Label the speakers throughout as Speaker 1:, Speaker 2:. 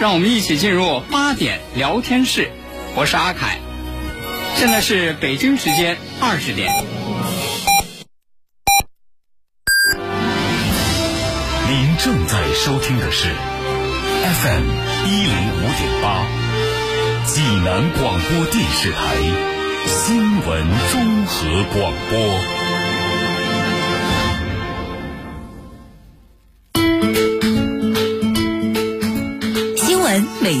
Speaker 1: 让我们一起进入八点聊天室，我是阿凯，现在是北京时间二十点。
Speaker 2: 您正在收听的是 FM 一零五点八，济南广播电视台新闻综合广播。
Speaker 3: 新闻每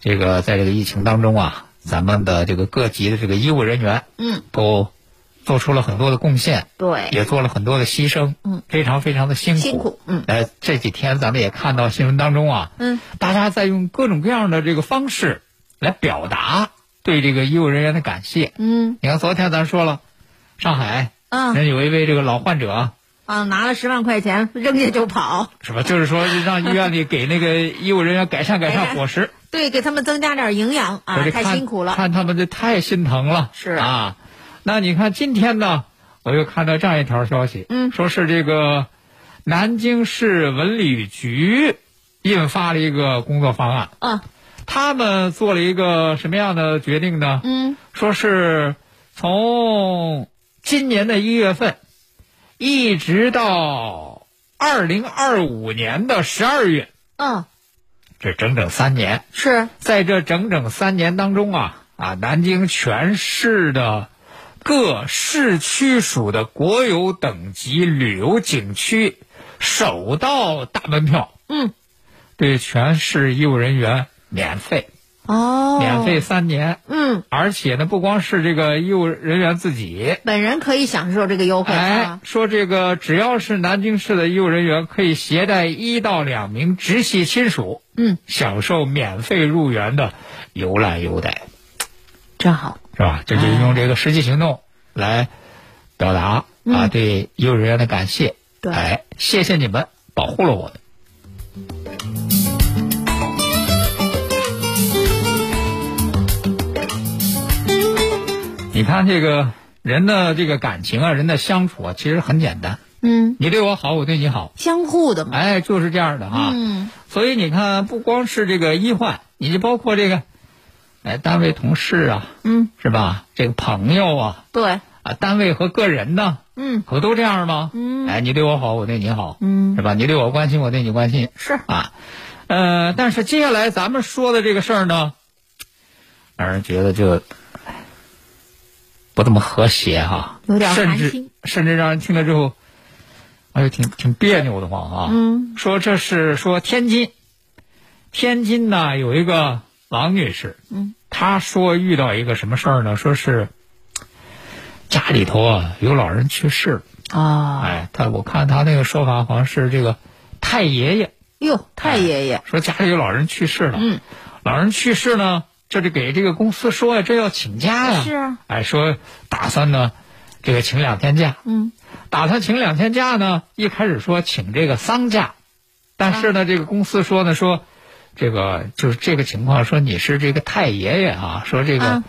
Speaker 4: 这个在这个疫情当中啊，咱们的这个各级的这个医务人员，
Speaker 5: 嗯，
Speaker 4: 都做出了很多的贡献，
Speaker 5: 对，
Speaker 4: 也做了很多的牺牲，
Speaker 5: 嗯，
Speaker 4: 非常非常的辛苦。
Speaker 5: 辛苦嗯
Speaker 4: 哎，这几天咱们也看到新闻当中啊，
Speaker 5: 嗯，
Speaker 4: 大家在用各种各样的这个方式来表达对这个医务人员的感谢。
Speaker 5: 嗯
Speaker 4: 你看，昨天咱说了，上海
Speaker 5: 嗯
Speaker 4: 人有一位这个老患者，
Speaker 5: 啊，拿了十万块钱扔下就跑，
Speaker 4: 是吧？就是说让医院里给那个医务人员改善改善伙食，
Speaker 5: 对，给他们增加点营养
Speaker 4: 我
Speaker 5: 哎啊，
Speaker 4: 这
Speaker 5: 太
Speaker 4: 看
Speaker 5: 辛苦了。
Speaker 4: 看他们这太心疼了。
Speaker 5: 是
Speaker 4: 啊，那你看今天呢，我又看到这样一条消息，
Speaker 5: 嗯
Speaker 4: 说是这个南京市文旅局印发了一个工作方案，
Speaker 5: 嗯
Speaker 4: 他们做了一个什么样的决定呢？
Speaker 5: 嗯
Speaker 4: 说是从今年的一月份，一直到二零二五年的十二月，
Speaker 5: 嗯，
Speaker 4: 这整整三年。
Speaker 5: 是
Speaker 4: 在这整整三年当中啊啊，南京全市的各市区属的国有等级旅游景区首道大门票，
Speaker 5: 嗯，
Speaker 4: 对全市医务人员免费，
Speaker 5: 哦，
Speaker 4: 免费。三年。
Speaker 5: 嗯，
Speaker 4: 而且呢，不光是这个医务人员自己，
Speaker 5: 本人可以享受这个优惠
Speaker 4: 哎
Speaker 5: 啊，。
Speaker 4: 说这个只要是南京市的医务人员，可以携带一到两名直系亲属，
Speaker 5: 嗯，
Speaker 4: 享受免费入园的游览优待，
Speaker 5: 真好。
Speaker 4: 是吧？这就是用这个实际行动来表达、啊
Speaker 5: 嗯
Speaker 4: 对医务人员的感谢。
Speaker 5: 对
Speaker 4: 哎，谢谢你们保护了我们。你看这个人的这个感情啊，人的相处啊，其实很简单。
Speaker 5: 嗯，
Speaker 4: 你对我好，我对你好，
Speaker 5: 相互的嘛。
Speaker 4: 哎，就是这样的哈。
Speaker 5: 嗯
Speaker 4: 所以你看，不光是这个医患，你就包括这个，哎，单位同事啊，
Speaker 5: 嗯，
Speaker 4: 是吧？这个朋友啊，
Speaker 5: 对，
Speaker 4: 啊，单位和个人呢，
Speaker 5: 嗯
Speaker 4: 可不都这样吗？
Speaker 5: 嗯
Speaker 4: 哎，你对我好，我对你好，
Speaker 5: 嗯
Speaker 4: 是吧？你对我关心，我对你关心
Speaker 5: 是
Speaker 4: 啊。呃，但是接下来咱们说的这个事儿呢，让人觉得就哎不这么和谐哈、
Speaker 5: 有点
Speaker 4: 甚
Speaker 5: 寒
Speaker 4: 至
Speaker 5: 心
Speaker 4: 甚至让人听了之后，哎呦，挺挺别扭的慌啊。
Speaker 5: 嗯
Speaker 4: 说这是说天津，天津呢有一个王女士，
Speaker 5: 嗯，
Speaker 4: 她说遇到一个什么事儿呢？说是家里头啊有老人去世了，
Speaker 5: 啊。
Speaker 4: 哎，她我看她那个说法好像是这个太爷爷
Speaker 5: 哟，太爷爷，
Speaker 4: 说家里有老人去世了，
Speaker 5: 嗯，
Speaker 4: 老人去世呢，这就给这个公司说呀，这要请假呀，
Speaker 5: 是啊，
Speaker 4: 哎，说打算呢这个请两天假，
Speaker 5: 嗯
Speaker 4: 打算请两天假呢，一开始说请这个丧假，但是呢，这个公司说呢说，这个就是这个情况，说你是这个太爷爷啊，说这个，
Speaker 5: 啊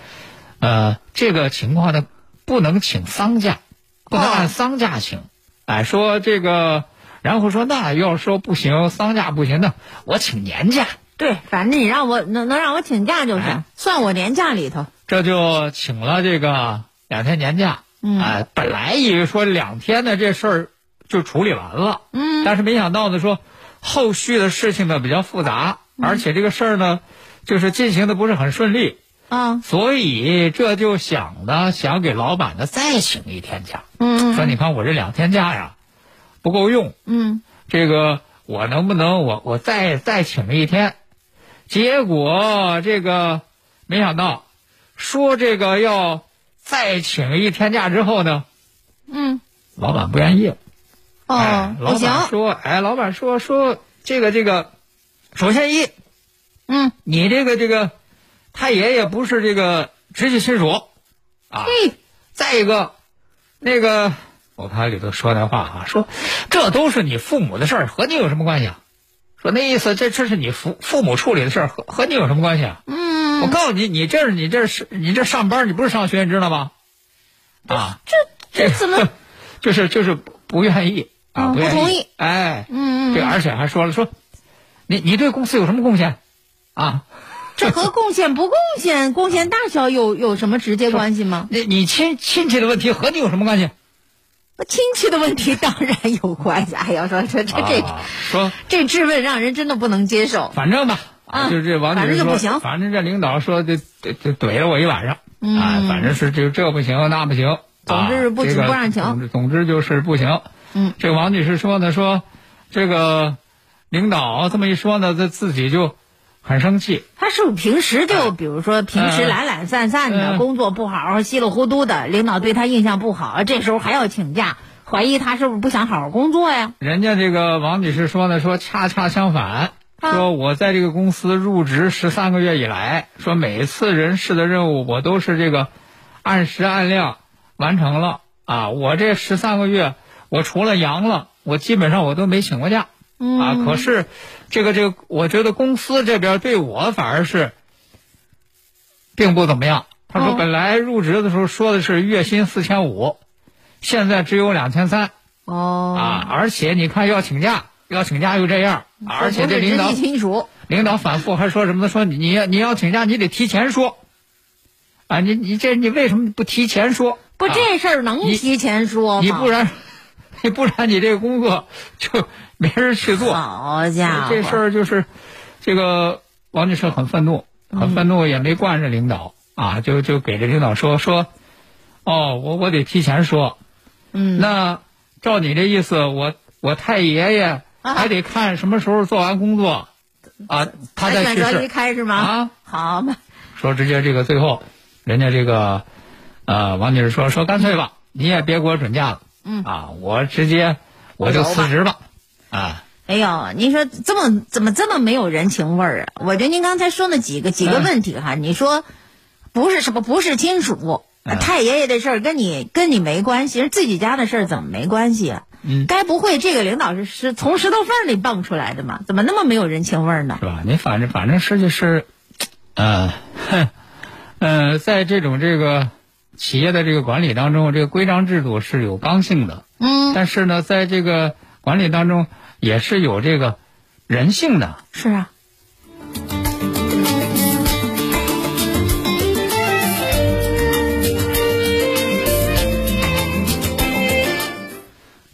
Speaker 4: 呃，这个情况呢不能请丧假，不能
Speaker 5: 哦
Speaker 4: 按丧假请，哎，说这个，然后说那要说不行，丧假不行，那我请年假，
Speaker 5: 对，反正你让我能能让我请假就是
Speaker 4: 哎，
Speaker 5: 算我年假里头。
Speaker 4: 这就请了这个两天年假，
Speaker 5: 嗯
Speaker 4: 哎，本来以为说两天呢这事儿就处理完了。
Speaker 5: 嗯
Speaker 4: 但是没想到呢，说后续的事情呢比较复杂，
Speaker 5: 嗯
Speaker 4: 而且这个事儿呢，就是进行的不是很顺利，
Speaker 5: 啊
Speaker 4: 所以这就想呢，想给老板呢再请一天假，
Speaker 5: 嗯
Speaker 4: 说你看我这两天假呀不够用，
Speaker 5: 嗯
Speaker 4: 这个我能不能我我再再请一天？结果这个没想到，说这个要再请一天假之后呢，
Speaker 5: 嗯
Speaker 4: 老板不愿意了。
Speaker 5: 哦
Speaker 4: 哎，
Speaker 5: 不
Speaker 4: 老
Speaker 5: 行，
Speaker 4: 板说，哎，老板说说这个这个，首先一，
Speaker 5: 嗯，
Speaker 4: 你这个这个太爷爷不是这个直系亲属啊。
Speaker 5: 嘿，
Speaker 4: 再一个，那个我看里头说那话啊，说这都是你父母的事儿，和你有什么关系啊？说那意思，这这是你父父母处理的事儿，和和你有什么关系啊？
Speaker 5: 嗯，
Speaker 4: 我告诉你，你这是你这是你这上班，你不是上学，你知道吗？啊，
Speaker 5: 这 这怎么？
Speaker 4: 就是就是不愿意啊，
Speaker 5: 嗯
Speaker 4: 愿意，
Speaker 5: 不同意
Speaker 4: 哎，
Speaker 5: 嗯，
Speaker 4: 对，
Speaker 5: 嗯
Speaker 4: 而且还说了说，你你对公司有什么贡献啊？
Speaker 5: 这和贡献不贡献、贡献大小有有什么直接关系 吗？
Speaker 4: 你你亲亲戚的问题和你有什么关系？
Speaker 5: 亲戚的问题当然有关系。 哎呀，说这这这、
Speaker 4: 啊、说
Speaker 5: 这质问让人真的不能接受。
Speaker 4: 反正吧，
Speaker 5: 啊
Speaker 4: 就是这王
Speaker 5: 反
Speaker 4: 女
Speaker 5: 正
Speaker 4: 士
Speaker 5: 就
Speaker 4: 说，
Speaker 5: 不行
Speaker 4: 反正这领导说这这这怼了我一晚上，啊，反正是就这不行那不行，
Speaker 5: 嗯总之是不
Speaker 4: 啊
Speaker 5: 行
Speaker 4: 这个
Speaker 5: 不让行
Speaker 4: 总之总之就是不行。
Speaker 5: 嗯，
Speaker 4: 这王女士说呢，说这个领导这么一说呢，她自己就很生气，
Speaker 5: 他是不是平时就，比如说平时
Speaker 4: 嗯
Speaker 5: 懒懒散散的，
Speaker 4: 嗯
Speaker 5: 工作不好好，稀里糊涂的，领导对他印象不好，这时候还要请假，怀疑他是不是不想好好工作呀？
Speaker 4: 人家这个王女士说呢，说恰恰相反，
Speaker 5: 啊
Speaker 4: 说我在这个公司入职十三个月以来，说每次人事的任务我都是这个按时按量完成了啊。我这十三个月，我除了阳了，我基本上我都没请过假、啊。
Speaker 5: 嗯
Speaker 4: 可是这个这个，我觉得公司这边对我反而是并不怎么样。他说
Speaker 5: 哦
Speaker 4: 本来入职的时候说的是月薪四千五，现在只有两千三。
Speaker 5: 哦，嗯
Speaker 4: 啊，而且你看要请假，要请假又这样，而且这领
Speaker 5: 不
Speaker 4: 导
Speaker 5: 是直系亲属，
Speaker 4: 领导反复还说什么呢？说你你要你要请假，你得提前说。啊，你你这你为什么不提前说？
Speaker 5: 不
Speaker 4: 啊
Speaker 5: 这事儿能
Speaker 4: 你
Speaker 5: 提前说吗？
Speaker 4: 你不然， 你不然你这个工作就没人去做。
Speaker 5: 好家伙，
Speaker 4: 这事儿就是，这个王女士很愤怒，
Speaker 5: 嗯
Speaker 4: 很愤怒，也没惯着领导啊，就就给这领导说说，哦，我我得提前说，
Speaker 5: 嗯，
Speaker 4: 那照你这意思，我我太爷爷
Speaker 5: 啊
Speaker 4: 还得看什么时候做完工作，啊，他再
Speaker 5: 选
Speaker 4: 去
Speaker 5: 择离
Speaker 4: 世
Speaker 5: 开是吗？
Speaker 4: 啊。
Speaker 5: 好嘛，
Speaker 4: 说直接这个最后，人家这个，呃，王女士说说干脆吧，你也别给我准假了，
Speaker 5: 嗯
Speaker 4: 啊，我直接我就辞职吧，啊，
Speaker 5: 哎呦，您说这么怎么这么没有人情味儿啊？我觉得您刚才说那几个几个
Speaker 4: 嗯
Speaker 5: 问题哈，你说不是什么不是亲属，
Speaker 4: 嗯
Speaker 5: 太爷爷的事儿跟你跟你没关系，自己家的事儿怎么没关系啊？
Speaker 4: 嗯
Speaker 5: 该不会这个领导是是从石头缝儿里蹦出来的吗？怎么那么没有人情味儿呢？
Speaker 4: 是吧？你反正反正是就是，呃，哼，呃，在这种这个企业的这个管理当中，这个规章制度是有刚性的，
Speaker 5: 嗯，
Speaker 4: 但是呢，在这个管理当中也是有这个人性的。
Speaker 5: 是啊，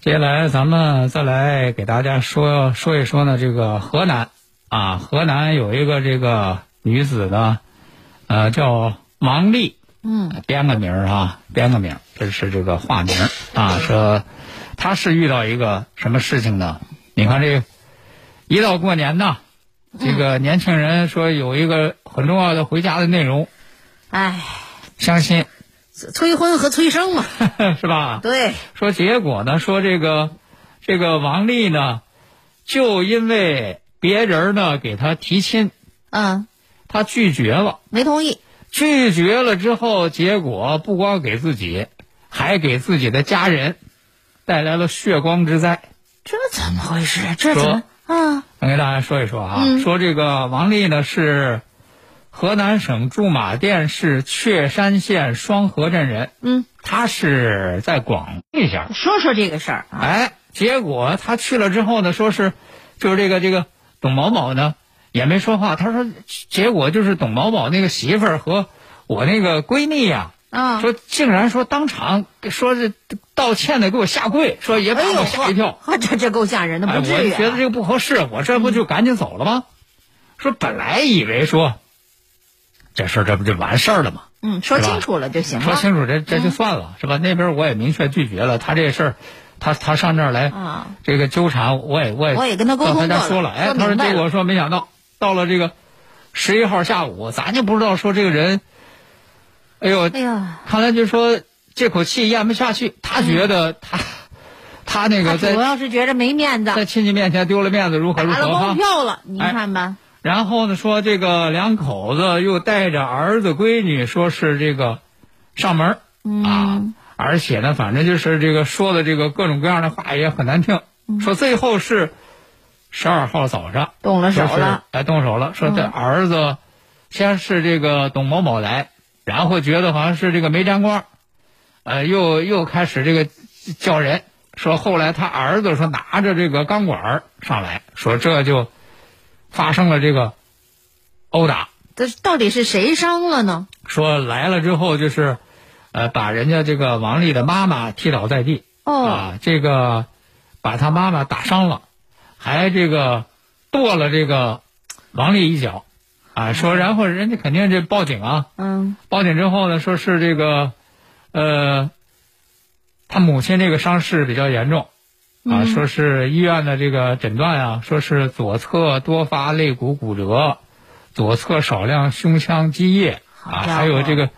Speaker 4: 接下来咱们再来给大家说说一说呢，这个河南啊，河南有一个这个女子呢，呃，叫王丽，
Speaker 5: 嗯
Speaker 4: 编个名儿啊，编个名儿，这是这个化名儿啊。说她是遇到一个什么事情呢？你看这一到过年呐，这个年轻人说有一个很重要的回家的内容，
Speaker 5: 哎，
Speaker 4: 相亲
Speaker 5: 催婚和催生嘛，
Speaker 4: 是吧？
Speaker 5: 对，
Speaker 4: 说结果呢，说这个这个王丽呢，就因为别人呢给她提亲，
Speaker 5: 嗯，
Speaker 4: 她拒绝了，
Speaker 5: 没同意，
Speaker 4: 拒绝了之后，结果不光给自己，还给自己的家人带来了血光之灾。
Speaker 5: 这怎么回事？这怎么啊？
Speaker 4: 我给大家说一说啊，
Speaker 5: 嗯
Speaker 4: 说这个王丽呢是河南省驻马店市确山县双河镇人，
Speaker 5: 嗯，
Speaker 4: 她是在广一下。
Speaker 5: 说说这个事儿啊，
Speaker 4: 哎，结果他去了之后呢，说是，就是这个这个董某某呢也没说话，他说结果就是董某某那个媳妇儿和我那个闺蜜呀、
Speaker 5: 啊，
Speaker 4: 说竟然说当场说是道歉的给我下跪，说也把
Speaker 5: 哎呦
Speaker 4: 我吓一跳，
Speaker 5: 呵，这这够吓人的，
Speaker 4: 哎，
Speaker 5: 不
Speaker 4: 我
Speaker 5: 至于、
Speaker 4: 就
Speaker 5: 啊
Speaker 4: 觉得这个不合适，我这不就赶紧走了吗？说本来以为说这事儿这不就完事儿了吗？
Speaker 5: 嗯，说
Speaker 4: 是吧
Speaker 5: 清楚了就行了。
Speaker 4: 说清楚这这就算了、是吧？那边我也明确拒绝了，他这事儿，他他上这儿来、
Speaker 5: 啊
Speaker 4: 这个纠缠，我也我也
Speaker 5: 我也跟他沟
Speaker 4: 到他
Speaker 5: 通过
Speaker 4: 家
Speaker 5: 了
Speaker 4: 说了，哎，
Speaker 5: 说
Speaker 4: 他说
Speaker 5: 明白
Speaker 4: 结果
Speaker 5: 了
Speaker 4: 说没想到到了这个十一号下午，咱就不知道说这个人，哎呦，
Speaker 5: 哎呀，
Speaker 4: 看来就说这口气咽不下去，他觉得他、他那
Speaker 5: 嗯他
Speaker 4: 个
Speaker 5: 主
Speaker 4: 在
Speaker 5: 哎要是觉着没面子，
Speaker 4: 在亲戚面前丢了面子，如何如
Speaker 5: 打
Speaker 4: 何
Speaker 5: 了包
Speaker 4: 哈。哎
Speaker 5: 票了，您看吧，
Speaker 4: 然后呢，说这个两口子又带着儿子闺女，说是这个上门儿
Speaker 5: 嗯
Speaker 4: 啊，而且呢，反正就是这个说的这个各种各样的话也很难听，
Speaker 5: 嗯
Speaker 4: 说最后是十二号早上
Speaker 5: 动了手嗯
Speaker 4: 说是
Speaker 5: 了，
Speaker 4: 哎，动手了，说这儿子先是这个董某某来，然后觉得好像是这个没沾光，呃，又又开始这个叫人，说后来他儿子说拿着这个钢管儿上来，说这就发生了这个殴打，
Speaker 5: 这到底是谁伤了呢？
Speaker 4: 说来了之后就是，呃，把人家这个王丽的妈妈踢倒在地，
Speaker 5: 哦，
Speaker 4: 啊，这个把他妈妈打伤了，还这个跺了这个王丽一脚，啊，说然后人家肯定这报警啊，
Speaker 5: 嗯，
Speaker 4: 报警之后呢，说是这个，呃，他母亲这个伤势比较严重，啊，
Speaker 5: 嗯
Speaker 4: 说是医院的这个诊断啊，说是左侧多发肋骨骨折，左侧少量胸腔积液啊，
Speaker 5: 家伙
Speaker 4: 还有这个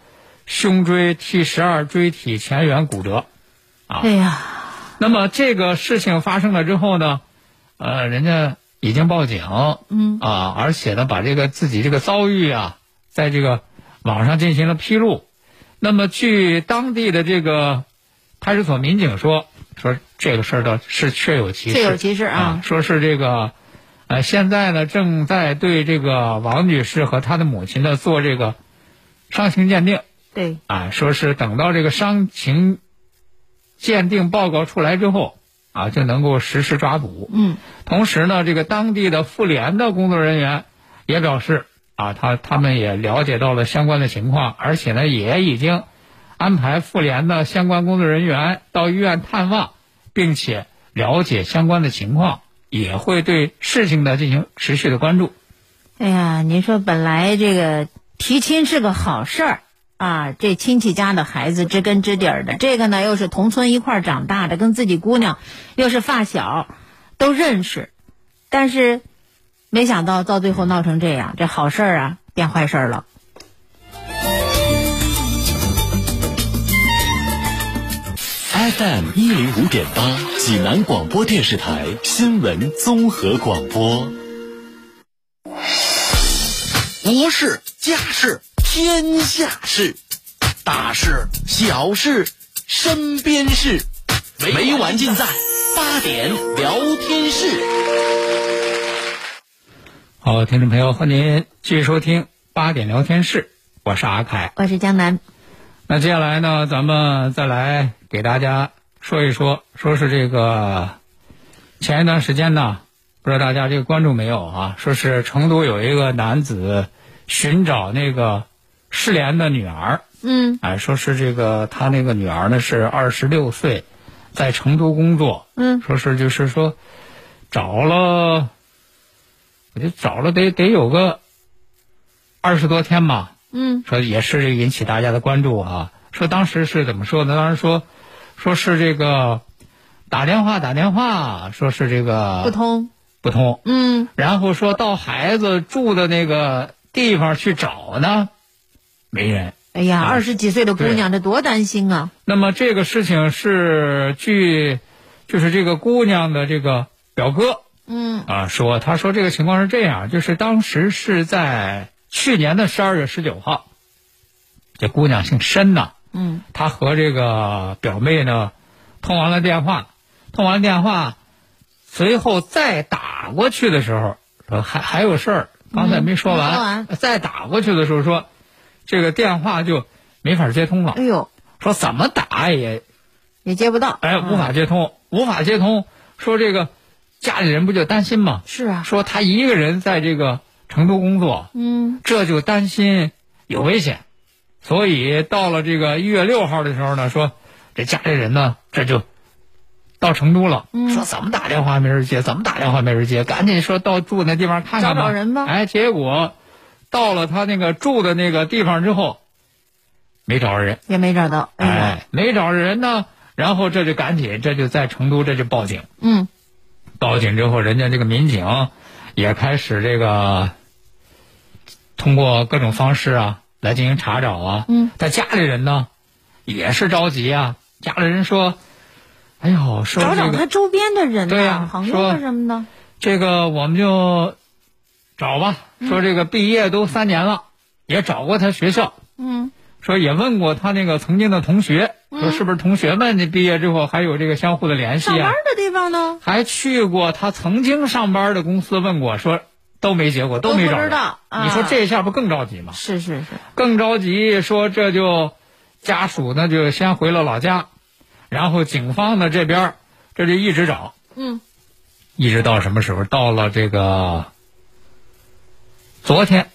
Speaker 4: 胸椎 T 十二椎体前缘骨折。啊
Speaker 5: 哎呀，
Speaker 4: 那么这个事情发生了之后呢，呃，人家已经报警，
Speaker 5: 嗯
Speaker 4: 啊，而且呢，把这个自己这个遭遇啊，在这个网上进行了披露。那么据当地的这个派出所民警说，说这个事儿倒是确有其事，
Speaker 5: 确有其事
Speaker 4: 啊
Speaker 5: 啊，，
Speaker 4: 说是这个，呃，现在呢正在对这个王女士和她的母亲呢做这个伤情鉴定。
Speaker 5: 对，
Speaker 4: 啊，说是等到这个伤情鉴定报告出来之后啊，就能够实施抓捕。
Speaker 5: 嗯，
Speaker 4: 同时呢，这个当地的妇联的工作人员也表示啊，他他们也了解到了相关的情况，而且呢，也已经安排妇联的相关工作人员到医院探望，并且了解相关的情况，也会对事情呢进行持续的关注。
Speaker 5: 哎呀，您说本来这个提亲是个好事儿啊，这亲戚家的孩子知根知底儿的，这个呢又是同村一块儿长大的，跟自己姑娘又是发小，都认识，但是没想到到最后闹成这样，这好事儿啊变坏事儿了。
Speaker 2: FM 一零五点八，济南广播电视台新闻综合广播。
Speaker 6: 国事、家事、天下事，大事、小事、身边事，
Speaker 2: 每晚尽在八点聊天室。
Speaker 4: 好，听众朋友，欢迎继续收听八点聊天室，我是阿凯。
Speaker 5: 我是江南，
Speaker 4: 那接下来呢，咱们再来给大家说一说，说是这个前一段时间呢，不知道大家这个关注没有啊？说是成都有一个男子寻找那个失联的女儿，
Speaker 5: 嗯
Speaker 4: 哎，说是这个他那个女儿呢是二十六岁，在成都工作，
Speaker 5: 嗯，
Speaker 4: 说是就是说找了，我就找了得得有个二十多天吧，
Speaker 5: 嗯
Speaker 4: 说也是引起大家的关注啊。说当时是怎么说呢？当时说，说是这个打电话打电话，说是这个
Speaker 5: 不通，
Speaker 4: 不通，
Speaker 5: 嗯
Speaker 4: 然后说到孩子住的那个地方去找呢，没人。
Speaker 5: 哎呀，
Speaker 4: 啊
Speaker 5: 二十几岁的姑娘，这多担心啊！
Speaker 4: 那么这个事情是据，就是这个姑娘的这个表哥
Speaker 5: 嗯
Speaker 4: 啊说，他说这个情况是这样，就是当时是在去年的十二月十九号，这姑娘姓申呐、
Speaker 5: 嗯
Speaker 4: 他和这个表妹呢通完了电话，通完电话，随后再打过去的时候，说还还有事儿，刚才没说
Speaker 5: 嗯没
Speaker 4: 完，
Speaker 5: 说完
Speaker 4: 再打过去的时候说，这个电话就没法接通了
Speaker 5: 哎，呦，
Speaker 4: 说怎么打也
Speaker 5: 也接不到，
Speaker 4: 哎无
Speaker 5: 啊
Speaker 4: 法接通，无法接通，说这个家里人不就担心吗？
Speaker 5: 是啊，
Speaker 4: 说他一个人在这个成都工作，
Speaker 5: 嗯
Speaker 4: 这就担心有危险，所以到了这个一月六号的时候呢，说这家里人呢这就到成都了，
Speaker 5: 嗯
Speaker 4: 说怎么打电话没人接，怎么打电话没人接，赶紧说到住那地方看看
Speaker 5: 找找人吧
Speaker 4: 哎，结果到了他那个住的那个地方之后，没找着人，
Speaker 5: 也没找到，哎呀，
Speaker 4: 哎，没找着人呢，然后这就赶紧这就在成都这就报警。
Speaker 5: 嗯。
Speaker 4: 报警之后，人家这个民警也开始这个通过各种方式啊来进行查找啊。
Speaker 5: 嗯，
Speaker 4: 但家里人呢也是着急啊，家里人说：“哎呦，说这
Speaker 5: 找找
Speaker 4: 个
Speaker 5: 他周边的人
Speaker 4: 对
Speaker 5: 呀、
Speaker 4: 呀
Speaker 5: 朋友啊
Speaker 4: 说
Speaker 5: 什么的。
Speaker 4: 这个我们就找吧，
Speaker 5: 嗯
Speaker 4: 说这个毕业都三年了，也找过他学校，
Speaker 5: 嗯
Speaker 4: 说也问过他那个曾经的同学，说是不是同学们这毕业之后还有这个相互的联系
Speaker 5: 上班
Speaker 4: 啊？
Speaker 5: 的地方呢
Speaker 4: 还去过他曾经上班的公司问过，说都没结果，没
Speaker 5: 都
Speaker 4: 找
Speaker 5: 不
Speaker 4: 着。
Speaker 5: 知道啊
Speaker 4: 你说这下不更着急吗？
Speaker 5: 是是是，
Speaker 4: 更着急，说这就家属呢就先回了老家，然后警方呢这边儿这就一直找，
Speaker 5: 嗯，
Speaker 4: 一直到什么时候？到了这个昨天，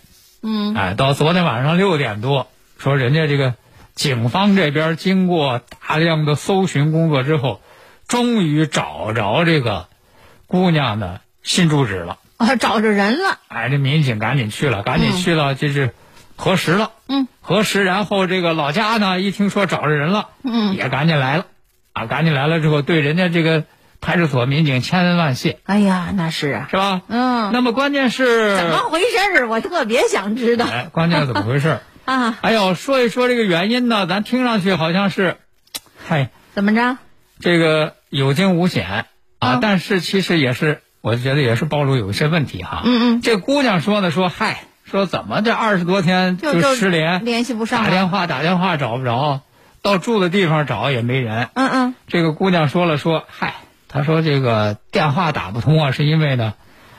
Speaker 5: 嗯
Speaker 4: 哎，到昨天晚上六点多，说人家这个警方这边经过大量的搜寻工作之后，终于找着这个姑娘的新住址了。
Speaker 5: 啊，找着人了，
Speaker 4: 哎，这民警赶紧去了，赶紧去了，就是核实了。
Speaker 5: 嗯，
Speaker 4: 核实，然后这个老家呢，一听说找着人了，
Speaker 5: 嗯，
Speaker 4: 也赶紧来了，啊，赶紧来了之后，对人家这个派出所民警千恩万谢，
Speaker 5: 哎呀，那是啊，
Speaker 4: 是吧？
Speaker 5: 嗯，
Speaker 4: 那么关键是
Speaker 5: 怎么回事儿？我特别想知道
Speaker 4: 哎，关键是怎么回事？
Speaker 5: 啊，
Speaker 4: 哎呦，说一说这个原因呢，咱听上去好像是，嗨，
Speaker 5: 怎么着？
Speaker 4: 这个有惊无险啊，
Speaker 5: 嗯
Speaker 4: 但是其实也是，我觉得也是暴露有一些问题哈。
Speaker 5: 嗯嗯
Speaker 4: 这姑娘说呢，说嗨，说怎么这二十多天
Speaker 5: 就就
Speaker 4: 失联，
Speaker 5: 联系不上
Speaker 4: 打
Speaker 5: 了，
Speaker 4: 电话打电话找不着，到住的地方找也没人。
Speaker 5: 嗯嗯，
Speaker 4: 这个姑娘说了说，嗨，她说这个电话打不通啊，是因为呢，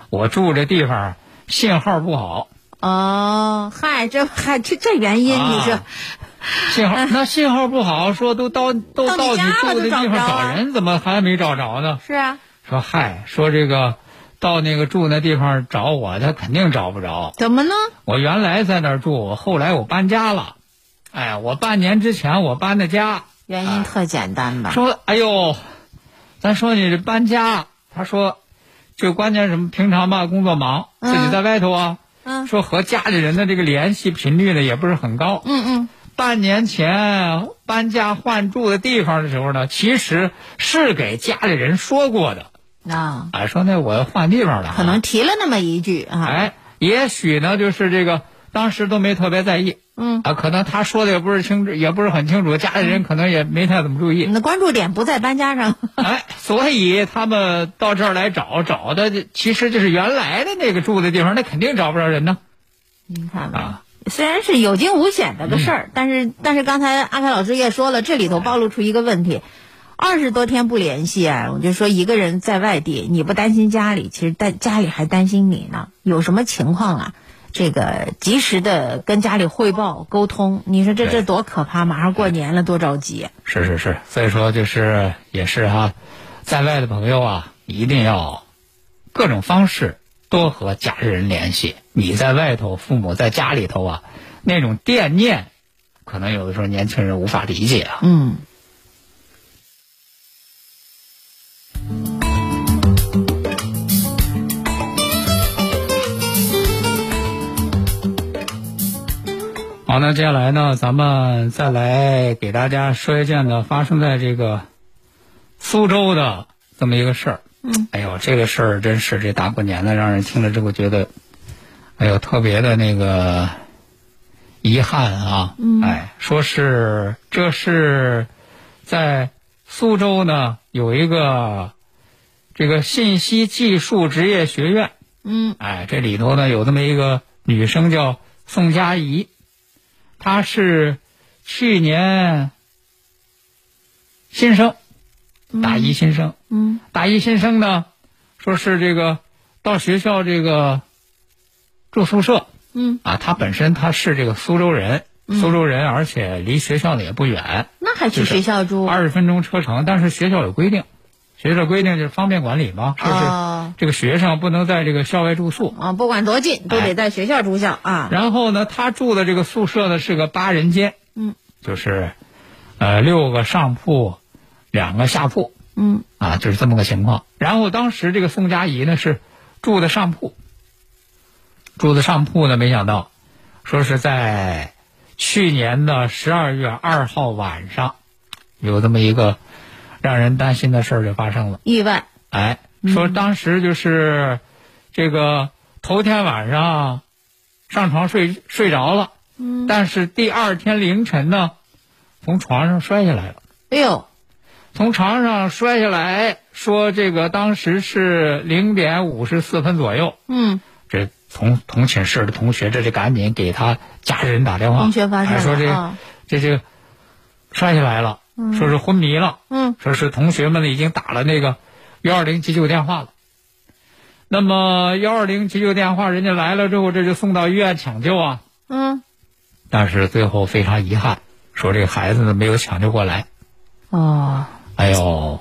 Speaker 4: 我住这地方啊信号不好，
Speaker 5: 哦，嗨，这还这这原因，
Speaker 4: 啊
Speaker 5: 你说
Speaker 4: 信号、那信号不好，说都到都
Speaker 5: 啊到你
Speaker 4: 到你
Speaker 5: 家了
Speaker 4: 住
Speaker 5: 都
Speaker 4: 的地
Speaker 5: 找不
Speaker 4: 方
Speaker 5: 着
Speaker 4: 找
Speaker 5: 啊
Speaker 4: 人，怎么还没找着呢？
Speaker 5: 是啊？
Speaker 4: 说嗨，说这个到那个住那地方找我，他肯定找不着。
Speaker 5: 怎么呢？
Speaker 4: 我原来在那儿住，我后来我搬家了，哎，我半年之前我搬的家。
Speaker 5: 原因特简单吧？
Speaker 4: 说哎呦，咱说你这搬家，他说，就关键什么平常吧工作忙，自己在外头啊，
Speaker 5: 嗯
Speaker 4: 说和家里人的这个联系频率呢也不是很高。
Speaker 5: 嗯嗯，
Speaker 4: 半年前搬家换住的地方的时候呢，其实是给家里人说过的，
Speaker 5: 那
Speaker 4: 哎，说那我换地方了啊，
Speaker 5: 嗯啊可能提了那么一句啊，
Speaker 4: 哎，也许呢，就是这个当时都没特别在意
Speaker 5: 嗯，
Speaker 4: 啊，可能他说的也不是清楚，也不是很清楚，家里人可能也没太怎么注
Speaker 5: 你
Speaker 4: 意，
Speaker 5: 的关注点不在搬家上，
Speaker 4: 哎，所以他们到这儿来找，找的其实就是原来的那个住的地方，那肯定找不着人呢
Speaker 5: 你看吧。
Speaker 4: 啊，
Speaker 5: 虽然是有惊无险的个事儿，但是但是刚才阿凯老师也说了，这里头暴露出一个问题，二十多天不联系啊，我就说一个人在外地，你不担心家里，其实担家里还担心你呢，有什么情况啊？这个及时的跟家里汇报沟通，你说这这
Speaker 4: 对
Speaker 5: 多可怕！马上过年了，多着急。
Speaker 4: 是是是，所以说就是也是哈、在外的朋友啊，一定要各种方式多和家里人联系。你在外头，父母在家里头啊，那种惦念，可能有的时候年轻人无法理解啊。
Speaker 5: 嗯，
Speaker 4: 好，那接下来呢，咱们再来给大家说一件呢，发生在这个苏州的这么一个事儿。嗯，哎呦，这个事儿真是这大过年的，让人听了之后觉得，哎呦，特别的那个遗憾啊。嗯，哎，说是这是在苏州呢有一个这个信息技术职业学院。
Speaker 5: 嗯，
Speaker 4: 哎，这里头呢有这么一个女生叫宋佳怡，她是去年新生，大一新生，
Speaker 5: 嗯，
Speaker 4: 大一新生呢，说是这个到学校这个住宿舍，
Speaker 5: 嗯，
Speaker 4: 啊，她本身她是这个苏州人，苏州人，而且离学校呢也不远，
Speaker 5: 那还去
Speaker 4: 就是
Speaker 5: 学校住？
Speaker 4: 二十分钟车程，但是学校有规定，学校规定就是方便管理嘛，是不是？
Speaker 5: 哦
Speaker 4: 这个学生不能在这个校外住宿。
Speaker 5: 啊，不管多近，都得在学校住校啊。
Speaker 4: 然后呢，他住的这个宿舍呢是个八人间，
Speaker 5: 嗯，
Speaker 4: 就是，呃，六个上铺，两个下铺，
Speaker 5: 嗯
Speaker 4: 啊，就是这么个情况。然后当时这个宋佳怡呢是住的上铺，住的上铺呢，没想到，说是在去年的十二月二号晚上，有这么一个让人担心的事儿就发生了。
Speaker 5: 意外，
Speaker 4: 哎，说当时就是这个头天晚上上床睡睡着了，
Speaker 5: 嗯
Speaker 4: 但是第二天凌晨呢，从床上摔下来了。
Speaker 5: 哎呦，
Speaker 4: 从床上摔下来，说这个当时是零点五十四分左右，
Speaker 5: 嗯
Speaker 4: 这同同寝室的同学，这就赶紧给他家人打电话，
Speaker 5: 同学发现
Speaker 4: 还
Speaker 5: 了
Speaker 4: 说这、
Speaker 5: 啊
Speaker 4: 这这摔下来了，说是昏迷了，
Speaker 5: 嗯，
Speaker 4: 说是同学们已经打了那个幺二零急救电话了。那么幺二零急救电话，人家来了之后，这就送到医院抢救啊。
Speaker 5: 嗯，
Speaker 4: 但是最后非常遗憾，说这个孩子呢没有抢救过来。
Speaker 5: 哦，
Speaker 4: 哎呦，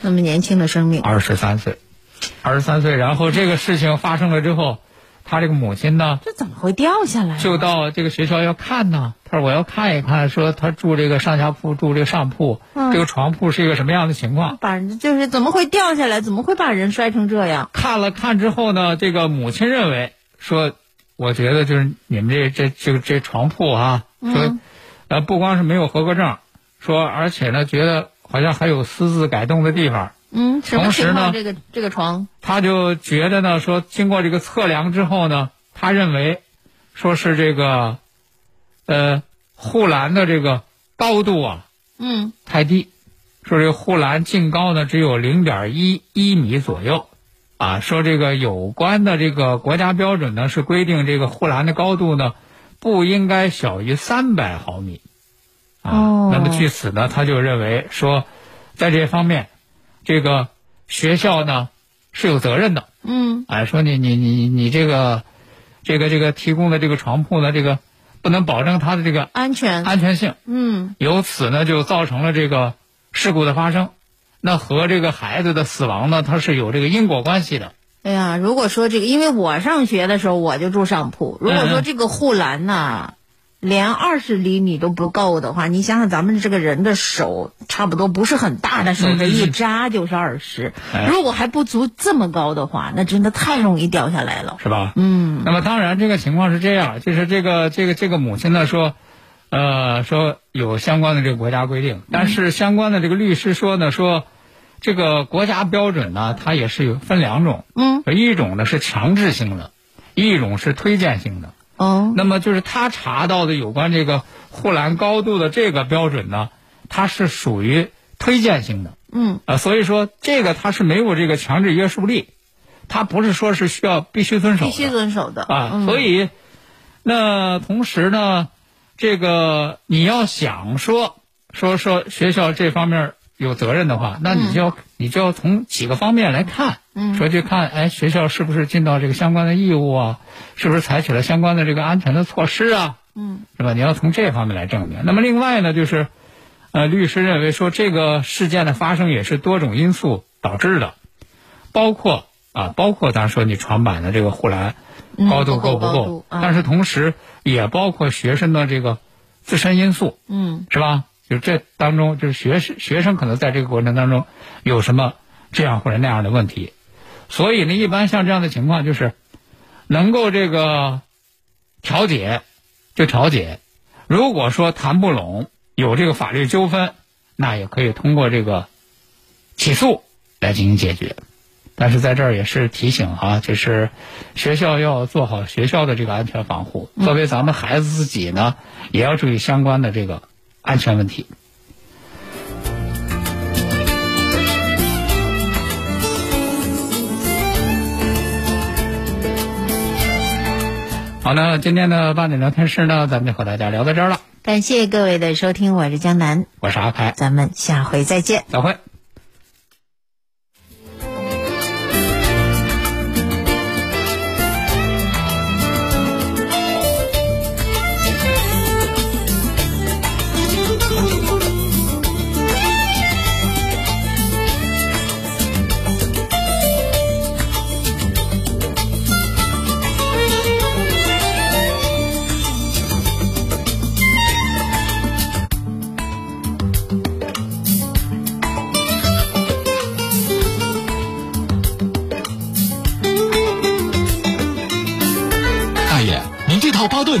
Speaker 5: 那么年轻的生命，
Speaker 4: 二十三岁，二十三岁。然后这个事情发生了之后，他这个母亲呢
Speaker 5: 这怎么会掉下来啊？
Speaker 4: 就到这个学校要看呢。他说我要看一看，说他住这个上下铺，住这个上铺，
Speaker 5: 嗯
Speaker 4: 这个床铺是一个什么样的情况。
Speaker 5: 把人就是怎么会掉下来？怎么会把人摔成这样？
Speaker 4: 看了看之后呢，这个母亲认为说，我觉得就是你们这这这这床铺啊，说
Speaker 5: 嗯，
Speaker 4: 呃，不光是没有合格证，说而且呢，觉得好像还有私自改动的地方。
Speaker 5: 嗯，什么
Speaker 4: 同时
Speaker 5: 情
Speaker 4: 呢
Speaker 5: 况？这个这个床，
Speaker 4: 他就觉得呢，说经过这个测量之后呢，他认为，说是这个，呃，护栏的这个高度啊
Speaker 5: 嗯
Speaker 4: 太低，说这个护栏净高呢只有零点一一米左右，啊，说这个有关的这个国家标准呢是规定这个护栏的高度呢不应该小于三百毫米，啊，
Speaker 5: 哦
Speaker 4: 那么据此呢，他就认为说，在这方面，这个学校呢是有责任的。
Speaker 5: 嗯
Speaker 4: 哎，说你你你你这个，这个这个提供的这个床铺呢，这个不能保证它的这个
Speaker 5: 安全，
Speaker 4: 安全性，
Speaker 5: 嗯
Speaker 4: 由此呢就造成了这个事故的发生，那和这个孩子的死亡呢，它是有这个因果关系的。
Speaker 5: 哎呀，如果说这个，因为我上学的时候我就住上铺，如果说
Speaker 4: 嗯
Speaker 5: 这个护栏呐、连二十厘米都不够的话，你想想咱们这个人的手差不多不是很大的手，
Speaker 4: 嗯
Speaker 5: 这
Speaker 4: 嗯
Speaker 5: 一
Speaker 4: 嗯
Speaker 5: 扎就是二十、
Speaker 4: 哎
Speaker 5: 如果还不足这么高的话，那真的太容易掉下来了。
Speaker 4: 是吧？
Speaker 5: 嗯。
Speaker 4: 那么当然，这个情况是这样，就是这个这个这个母亲呢说，呃，说有相关的这个国家规定，但是相关的这个律师说呢，说这个国家标准呢，它也是有分两种，
Speaker 5: 嗯，
Speaker 4: 一种呢是强制性的，一种是推荐性的。
Speaker 5: 哦，
Speaker 4: 那么就是他查到的有关这个护栏高度的这个标准呢，它是属于推荐性的。
Speaker 5: 嗯
Speaker 4: 啊，所以说这个它是没有这个强制约束力，它不是说是需要必须遵守的，
Speaker 5: 必须遵守的
Speaker 4: 啊，
Speaker 5: 嗯、
Speaker 4: 所以那同时呢，这个你要想说说说学校这方面有责任的话，那你就要、你就要从几个方面来看，
Speaker 5: 嗯
Speaker 4: 说去看哎学校是不是尽到这个相关的义务啊，是不是采取了相关的这个安全的措施啊，
Speaker 5: 嗯
Speaker 4: 是吧？你要从这方面来证明。那么另外呢，就是呃，律师认为说这个事件的发生也是多种因素导致的，包括啊，包括咱说你床板的这个护栏
Speaker 5: 嗯
Speaker 4: 高度够
Speaker 5: 不够
Speaker 4: 不
Speaker 5: 高
Speaker 4: 够
Speaker 5: 度，啊
Speaker 4: 但是同时也包括学生的这个自身因素，
Speaker 5: 嗯
Speaker 4: 是吧？就是这当中，就是学生学生可能在这个过程当中有什么这样或者那样的问题，所以呢，一般像这样的情况就是能够这个调解就调解，如果说谈不拢，有这个法律纠纷，那也可以通过这个起诉来进行解决。但是在这儿也是提醒啊，就是学校要做好学校的这个安全防护。作为咱们孩子自己呢，也要注意相关的这个安全问题。好，那今天的八点聊天室呢，咱们就和大家聊到这儿了。
Speaker 5: 感谢各位的收听，我是江南，
Speaker 4: 我是阿开，
Speaker 5: 咱们下回再见。
Speaker 4: 再会。
Speaker 2: 大爷，您这套八段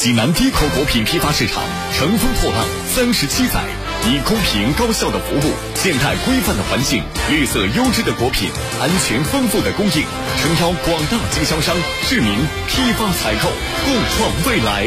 Speaker 2: 济南低口果品批发市场乘风破浪三十七载，以公平高效的服务、生态规范的环境、绿色优质的果品、安全丰富的供应，诚邀广大经销商、市民批发采购，共创未来。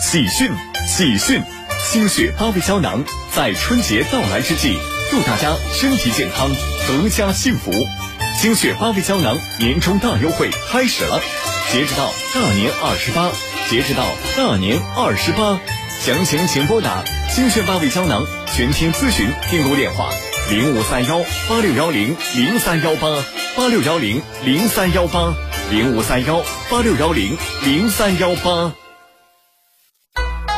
Speaker 2: 喜讯，喜讯！清血八味胶囊在春节到来之际，祝大家身体健康，阖家幸福。清血八味胶囊年终大优惠开始了，截止到大年二十八，截止到大年二十八。详情请拨打清血八味胶囊全天咨询订购电话零五三幺八六幺零零三幺八八六幺零零三幺八零五三幺八六幺零零三幺八。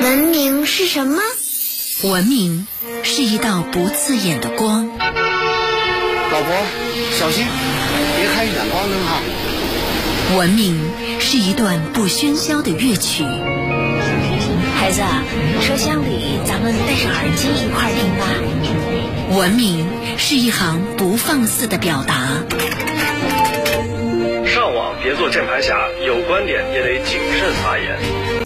Speaker 7: 文明是什么？
Speaker 3: 文明是一道不刺眼的光，
Speaker 6: 老婆，小心，别开远光灯哈。
Speaker 3: 文明是一段不喧嚣的乐曲，
Speaker 7: 孩子，啊，车厢里咱们戴上耳机一块儿听吧。
Speaker 3: 文明是一行不放肆的表达。
Speaker 8: 上网别做键盘侠，有观点也得谨慎发言。